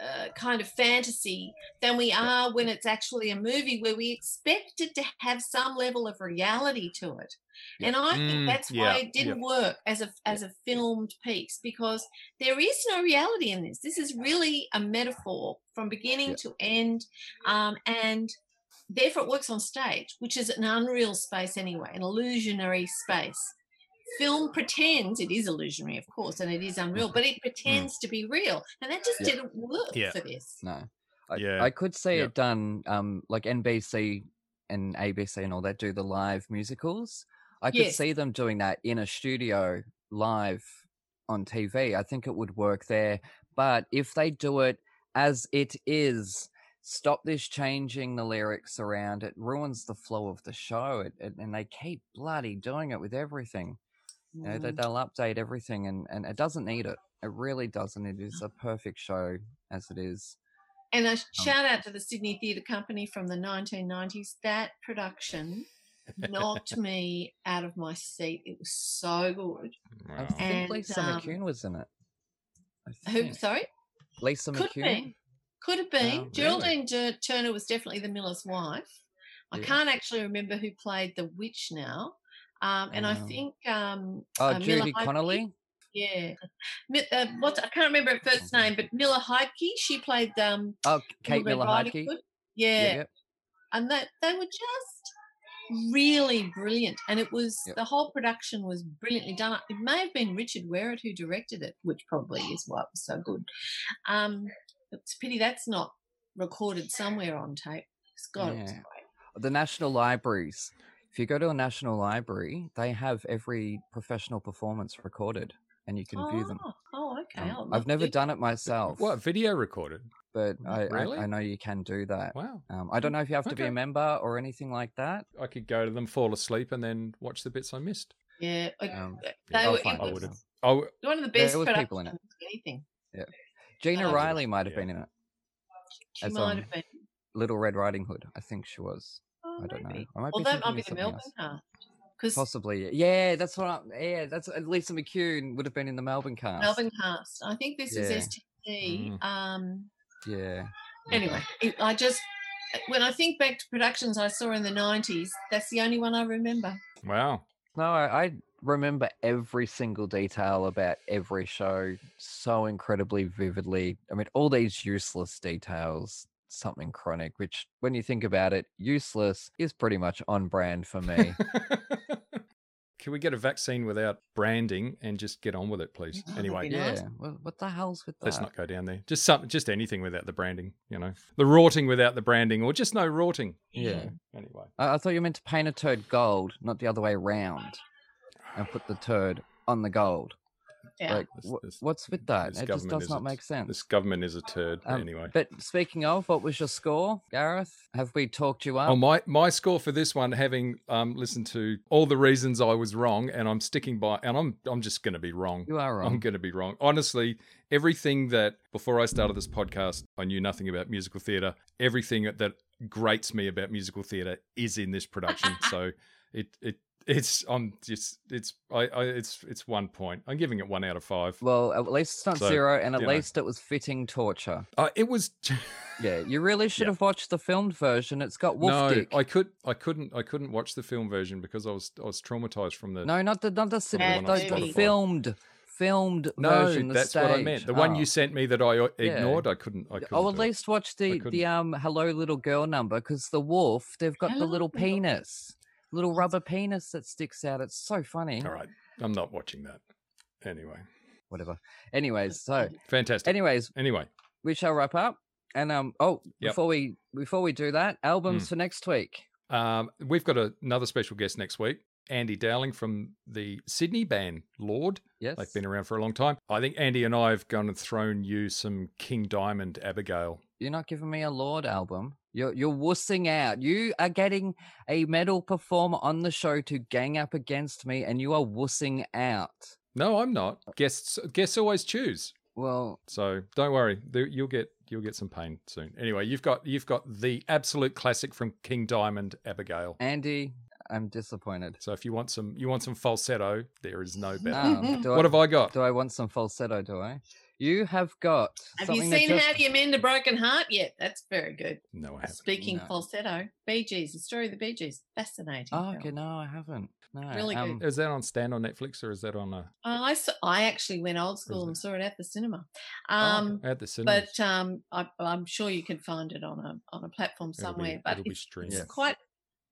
uh, kind of fantasy than we are when it's actually a movie where we expect it to have some level of reality to it.
Yeah.
And I
Mm,
think that's
yeah,
why it didn't work as a as a filmed piece because there is no reality in this. This is really a metaphor from beginning
Yeah.
to end, um, and therefore it works on stage, which is an unreal space anyway, an illusionary space. Film pretends it is illusionary, of course, and it is unreal, but it pretends to be real, and that just
Yeah.
didn't work
Yeah.
for this.
No, I,
Yeah,
I could see
yeah.
it done. Um, like NBC and ABC and all that do the live musicals. I could
Yes.
see them doing that in a studio live on TV. I think it would work there. But if they do it as it is, stop this changing the lyrics around. It ruins the flow of the show. It, it, and they keep bloody doing it with everything. You know, they,
Mm.
they'll update everything, and, and it doesn't need it. It really doesn't. It is a perfect show as it is.
And a shout out to the Sydney Theatre Company from the 1990s. That production knocked me out of my seat. It was so good.
I
wow.
think
And,
Lisa
um,
McCune was in it. I
Who?
think.
Sorry,
Lisa
could have
McCune.
been. Could have been.
Oh, really?
Geraldine Dur- Turner was definitely the miller's wife. I
Yeah.
can't actually remember who played the witch now. Um, and I
Um,
think um,
Oh,
uh, Miller
Judy
Heidke-
Connolly.
Yeah, Mi- uh, what I can't remember her first name, but Miller Heidke. She played um,
Oh, Kate
Little
Miller Heidke.
Red Riding Hood. yeah,
yep.
and that they were just really brilliant and it was
Yep.
the whole production was brilliantly done it may have been richard werrett who directed it which probably is why it was so good um it's a pity that's not recorded somewhere on tape it's got
Yeah. The National Libraries. If you go to a National Library, they have every professional performance recorded, and you can view them.
Oh, oh, okay.
Um,
I'll
I've
look
never
at-
done it myself,
What video recorded?
but I,
Really?
I, I know you can do that.
Wow.
Um, I don't know if you have to be
Okay.
a member or anything like that.
I could go to them, fall asleep, and then watch the bits I missed.
Yeah, I- uh,
Um,
they
I'll
were,
find it.
it
I
was
would've- Oh,
one of the
There
best
was people in it.
productions of anything.
Gina
Oh.
Riley might have
Yeah.
been in it.
She
As,
might
um,
have been. Oh,
Little Red Riding Hood. I think she was. I don't know. I might
Well,
be
that
thinking
might
of
be the
something else.
Melbourne cast. Because
Possibly. Yeah, that's what. I'm, yeah, that's at Lisa McCune would have been in the Melbourne cast.
Melbourne cast. I think this
Yeah. Mm.
is STC. Um,
Yeah.
anyway, it, I just when I think back to productions I saw in the '90s, that's the only one I remember.
Wow.
No, I, I remember every single detail about every show so incredibly vividly. I mean, all these useless details, something chronic, which when you think about it, useless is pretty much on brand for me.
Can we get a vaccine without branding and just get on with it, please?
Yeah, that'd
Anyway,
be nice.
yeah. Well, what the hell's with that?
let's not go down there. Just some, just anything without the branding, you know. The rorting without the branding, or just no rorting.
Yeah.
Anyway.
I, I thought you meant to paint a turd gold, not the other way around, and put the turd on the gold.
Yeah.
Like,
This-
wh-
this-
what's with that?
this
It just
government
does
is
not
a-
make sense.
This government is a turd.
Um,
anyway.
But speaking of, what was your score, Gareth? Have we talked you up?
Oh, my, my score for this one, having um, listened to all the reasons I was wrong, and I'm sticking by, and I'm I'm just going to be wrong.
you are
I'm
wrong.
going to be wrong. Honestly, everything that before I started this podcast, I knew nothing about musical theatre. Everything that grates me about musical theatre is in this production. so it it it's I'm just it's I, I it's it's one point. I'm giving it one out of five.
Well, at least it's not
So,
zero, and at
you know.
least it was fitting torture.
Uh, it was
Yeah, you really should
Yeah.
have watched the filmed version. It's got wolf
no,
dick.
I could I couldn't I couldn't watch the film version because I was I was traumatized from the
No, not the not the, sim-
Yeah,
the, the
maybe.
filmed filmed
No,
version. The
that's
stage.
what I meant. The one
Oh.
you sent me that I o- ignored, I couldn't. I couldn't
Oh, at
do it.
least watch the the
couldn't.
um hello little girl number because the wolf they've got the
Hello,
little
little girl.
penis, little rubber penis that sticks out. It's so funny.
All right, I'm not watching that. Anyway,
Whatever. Anyways, so
fantastic.
anyways,
anyway,
we shall wrap up. And um, oh,
Yep.
before we before we do that, albums for next week.
um, we've got a- another special guest next week, Andy Dowling from the Sydney band Lord.
Yes,
They've been around for a long time. I think Andy and I have gone and thrown you some King Diamond Abigail.
you're not giving me a Lord album. You're you're wussing out. You are getting a metal performer on the show to gang up against me, and you are wussing out.
No, I'm not. Guests guests always choose.
Well,
So don't worry, there- you'll get you'll get some pain soon. Anyway, you've got you've got the absolute classic from King Diamond Abigail.
Andy, I'm disappointed.
So if you want some, you want some falsetto. There is no better.
Um, do
What
I,
have I got?
do I want some falsetto? Do I? You have got.
Have you
something that
seen
just-
How Do You Mend a Broken Heart yet? That's very good.
No, I haven't.
Speaking
No.
falsetto, Bee Gees, the story of the Bee Gees. Fascinating.
Oh,
film.
okay, no, I haven't. No,
Really good.
um,
Is that on Stan on Netflix or is that on uh,
Oh, I, saw, I actually went old school
it?
and saw it at the cinema.
okay.
Um,
at the cinema?
but um, I, I'm sure you can find it on a on a platform
It'll be-
somewhere. but
it'll be
it's-
streamed.
it's
Yes.
quite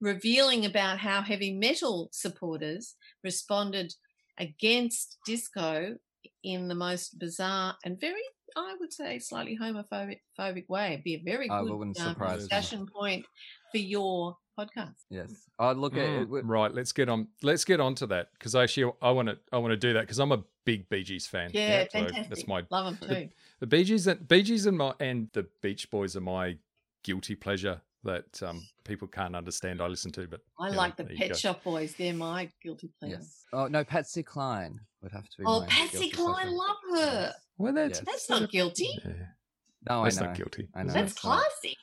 revealing about how heavy metal supporters responded against disco in the most bizarre and very, I would say, slightly homophobic phobic way. It'd be a very
I
good
wouldn't
um,
surprise
me.
discussion point for your podcast.
Yes. I look at
Mm,
it. w-
right, let's get on. Let's get on to that because actually I want to. I want to do that because I'm a big Bee Gees fan.
Yeah,
So
fantastic.
that's my
Love them
the-
too.
the Bee Gees and Bee Gees and my and the Beach Boys are my guilty pleasure that um, people can't understand. I listen to, but
I
you know,
like the
there you
Pet
go.
Shop Boys. They're my guilty pleasure.
Yes. Oh no, Patsy Cline would have to be.
Oh,
my
Patsy
guilty
Cline,
pleasure.
love her.
Well, that's
Yes.
That's not guilty.
yeah,
No,
that's
Oh, I know.
not guilty.
I know.
That's
that's right.
classy.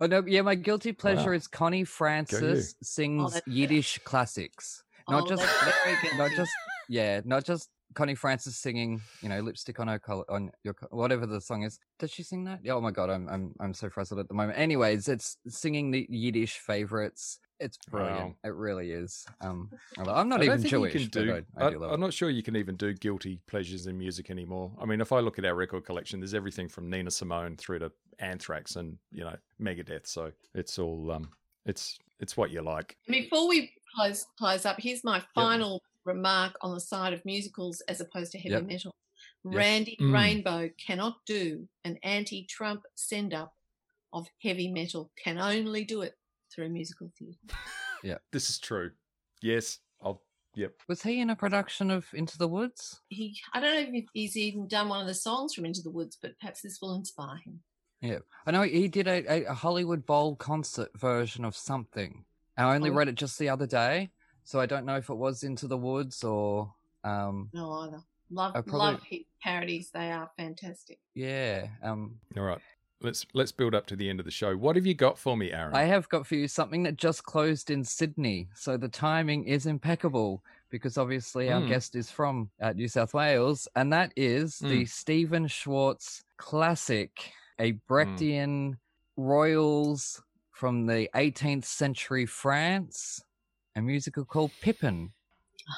Oh no, yeah, my guilty pleasure is Connie Francis sings
Oh, that's good.
Yiddish classics. Not
Oh,
just
that's very
not
guilty.
just yeah, not just Connie Francis singing, you know, lipstick on her color on your co- whatever the song is. Does she sing that? Yeah, oh my god, I'm I'm I'm so frazzled at the moment. Anyways, it's singing the Yiddish favorites. It's brilliant.
Wow.
It really is. Um, although I'm not
I don't
even
think
Jewish,
You can do,
but I, I do love
am
it.
not sure you can even do guilty pleasures in music anymore. I mean, if I look at our record collection, there's everything from Nina Simone through to Anthrax and you know Megadeth. So it's all um, it's it's what you like.
Before we close close up, here's my final remark on the side of musicals as opposed to heavy
Yep.
metal.
Yes.
Randy
Mm.
Rainbow cannot do an anti-Trump send-up of heavy metal. Can only do it through musical theatre.
This is true. Yes, I'll. Yep.
Was he in a production of Into the Woods?
He, I don't know if he's even done one of the songs from Into the Woods, but perhaps this will inspire him.
I know he did a, a- a Hollywood Bowl concert version of something. I only
Oh.
read it just the other day, so I don't know if it was Into the Woods or um
No, either. Love,
I
love
probably-
his parodies. They are fantastic.
yeah um
All right. let's let's build up to the end of the show. What have you got for me, Aaron?
I have got for you something that just closed in Sydney, so the timing is impeccable because obviously our
Mm.
guest is from uh, New South Wales, and that is the Stephen Schwartz classic, a Brechtian royals from the 18th century France, a musical called Pippin.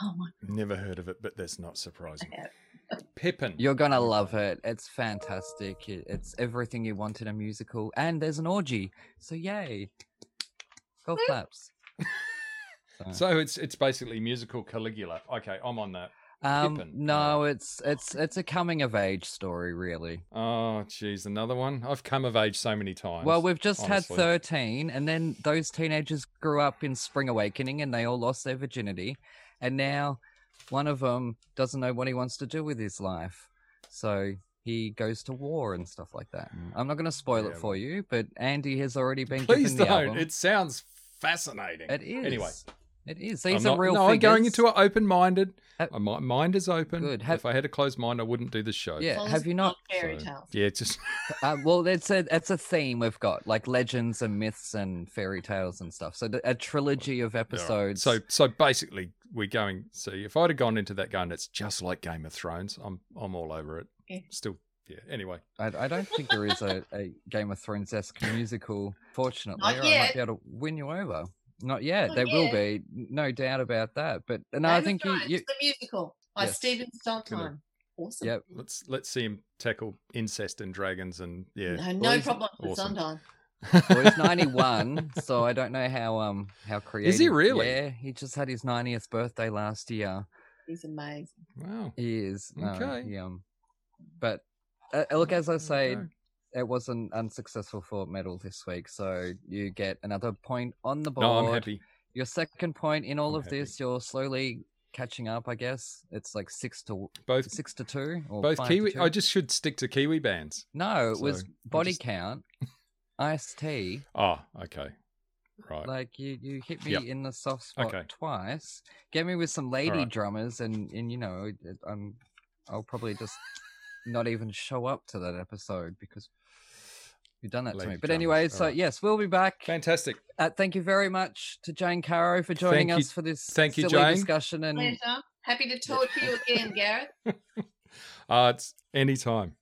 Oh my
Never heard of it, but that's not surprising. Pippin.
You're gonna love it. It's fantastic. It- It's everything you want in a musical, and there's an orgy. So yay! Golf claps.
So it's it's basically musical Caligula. Okay, I'm on that.
Um,
Pippin.
no, it's it's it's a coming of age story, really.
Oh, geez, another one. I've come of age so many times.
Well, we've just
honestly.
had 13, and then those teenagers grew up in Spring Awakening and they all lost their virginity. And now one of them doesn't know what he wants to do with his life. So he goes to war and stuff like that. I'm not going to spoil
Yeah,
it for you, but Andy has already been
Please
given the
don't.
album.
It sounds fascinating.
It is.
Anyway,
It is.
I'm
These are
not,
real
no, I'm going
figures.
into it open-minded.
Ha-
Uh, My mind is open.
Good. Have-
if I had a closed mind, I wouldn't do this show.
Yeah,
As long as
have
it's
you not-
fairy
So,
tales?
Yeah, just
Uh, well, it's a it's a theme we've got like legends and myths and fairy tales and stuff. So th- a trilogy of episodes.
So so basically, we're going. See, if I'd have gone into that going, it's just like Game of Thrones. I'm I'm all over it.
Okay.
Still, yeah. Anyway,
I, I don't think there is a, a Game of Thrones esque musical, fortunately,
Not
or I
yet.
might be able to win you over. Not yet.
Not
they will
yet.
be, no doubt about that. But no,
Game
I
of
think you,
Thrones,
you
the musical by
Yes.
Stephen
Gonna-
Sondheim. Awesome.
Yep.
let's let's see him tackle incest and dragons and yeah.
No, no
Well, he's-
problem for
awesome.
Sondheim.
well, he's ninety one, so I don't know how um how creative.
really?
Yeah, he just had his ninetieth birthday last year.
He's amazing.
Wow.
He is no,
Okay.
he, um, but uh, look, as I say,
Okay.
it was an unsuccessful for medal this week, so you get another point on the board.
No, I'm happy.
Your second point in all
I'm
of
happy.
this, you're slowly catching up. I guess it's like six to
Both
six to two or
both
five to
Kiwi.
two.
I just should stick to Kiwi bands.
no, it was
so, I
body
just-
count, iced tea.
Oh, okay. Right.
Like you, you hit me
Yep.
in the soft spot
Okay.
twice. Get me with some lady
right.
drummers, and and you know, it- I'm, I'll probably just not even show up to that episode because you've done that to
Lady
me. But
drummers,
anyway, so
alright.
yes, we'll be back.
Fantastic.
Uh, thank you very much to Jane Caro for joining
Thank you-
us for this
thank you,
silly
Jane.
discussion and.
Pleasure. Happy to talk to you again, Gareth.
Uh, it's any time.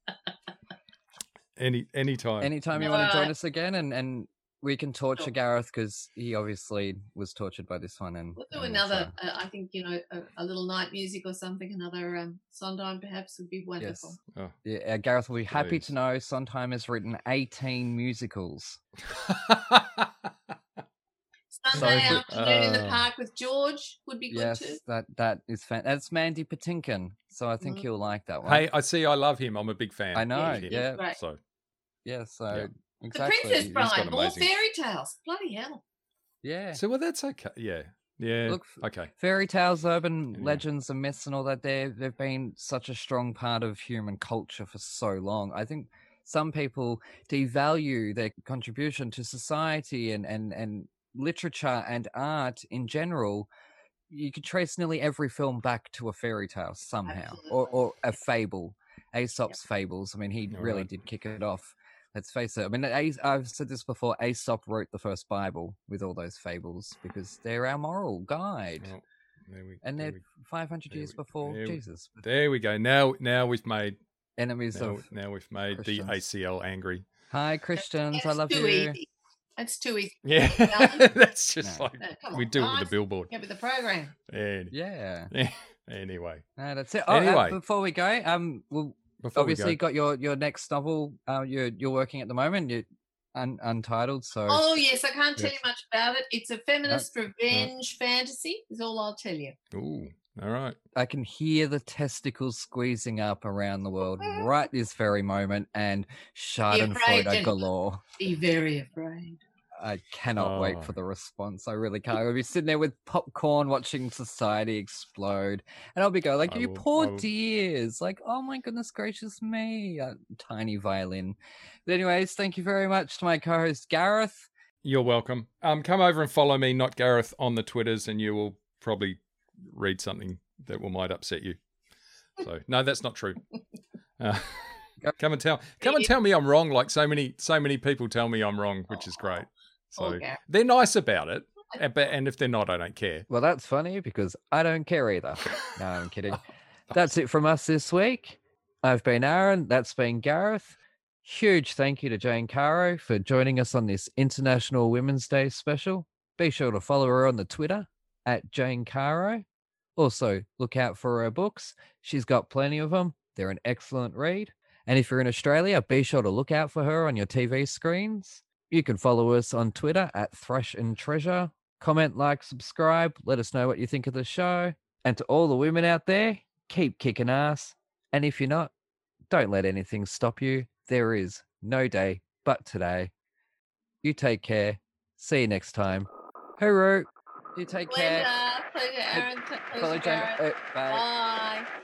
Any any time.
anytime you
know
want to join
what?
us again and and we can torture
Sure.
gareth because he obviously was tortured by this one and
We'll
Oh,
do
and
another.
so-
Uh, I think you know a, a little night music or something. Another um, Sondheim perhaps would be wonderful.
Oh.
yeah, uh, gareth will be happy
Please.
to know sondheim has written 18 musicals
Sunday
So if we-
afternoon in the
Uh,
park with George would be good
yes
too.
that that is fan that's mandy patinkin so i think
Mhm.
you'll like that one
hey, I see. I love him. I'm a big fan.
I know,
of him.
yeah.
Right.
So
yeah so
Yeah.
exactly
The Princess
got
Bride, more
amazing-
fairy tales. Bloody hell!
yeah
so well, that's okay. Yeah. Yeah.
Look,
okay.
fairy tales urban
Anyway.
legends and myths and all that they they've been such a strong part of human culture for so long i think some people devalue their contribution to society and and and literature and art in general you could trace nearly every film back to a fairy tale somehow or,
Absolutely.
or a fable aesop's fables i mean he
All
really
right.
did kick it off let's face it i mean A- i've said this before aesop wrote the first bible with all those fables because they're our moral guide
Well, there we,
and
there
they're
we,
500
there
years
we-
before
there we-
Jesus. but
there we go. Now now we've made
Enemies
now,
of.
now we've made
Christians.
the ACL angry.
Hi, Christians. I
That's
love
too
you.
Easy. That's too easy.
Yeah.
Yeah.
that's just
No.
like
No, come
we
on,
do it with the
guys.
billboard.
Get with the program.
And,
Yeah.
anyway,
No, that's it. Oh, uh,
Anyway.
before we go, um, well,
before
obviously
we go,
got your your next novel. Uh, you're you're working at the moment. You're un- untitled. So
Oh yes, I can't tell
Yes.
you much about it. It's a feminist revenge fantasy. Is all I'll tell you.
ooh, all right.
I can hear the testicles squeezing up around the world right this very moment, and
afraid,
Schadenfreude
gentlemen.
galore.
Be very afraid.
I cannot wait
Oh.
for the response. I really can't. I'll be sitting there with popcorn watching society explode. And I'll be going like,
I
you
will- I
poor
will-
dears. Like, oh my goodness gracious me. Uh, tiny violin. But anyways, thank you very much to my co-host Gareth.
You're welcome. Um, come over and follow me, not Gareth, on the Twitters, and you will probably read something that will might upset you. So no, that's not true. Uh, Come and tell, come and tell me I'm wrong. Like so many, so many people tell me I'm wrong, which is great. So
Okay.
they're nice about it, and- but and if they're not, I don't care.
Well, that's funny because I don't care either. No, I'm kidding. That's it from us this week. I've been Aaron. That's been Gareth. Huge thank you to Jane Caro for joining us on this International Women's Day special. Be sure to follow her on the Twitter at Jane Caro. Also, look out for her books. She's got plenty of them. They're an excellent read. And if you're in Australia, be sure to look out for her on your TV screens. You can follow us on Twitter at Thrush and Treasure comment, like, subscribe. Let us know what you think of the show. And to all the women out there, keep kicking ass. And if you're not, don't let anything stop you. There is no day but today. You take care. See you next time. Hooroo. You take care.
Pleasure, pleasure, Aaron. Pleasure,
Follow Jane.
Gareth.
Oh, bye.
Bye.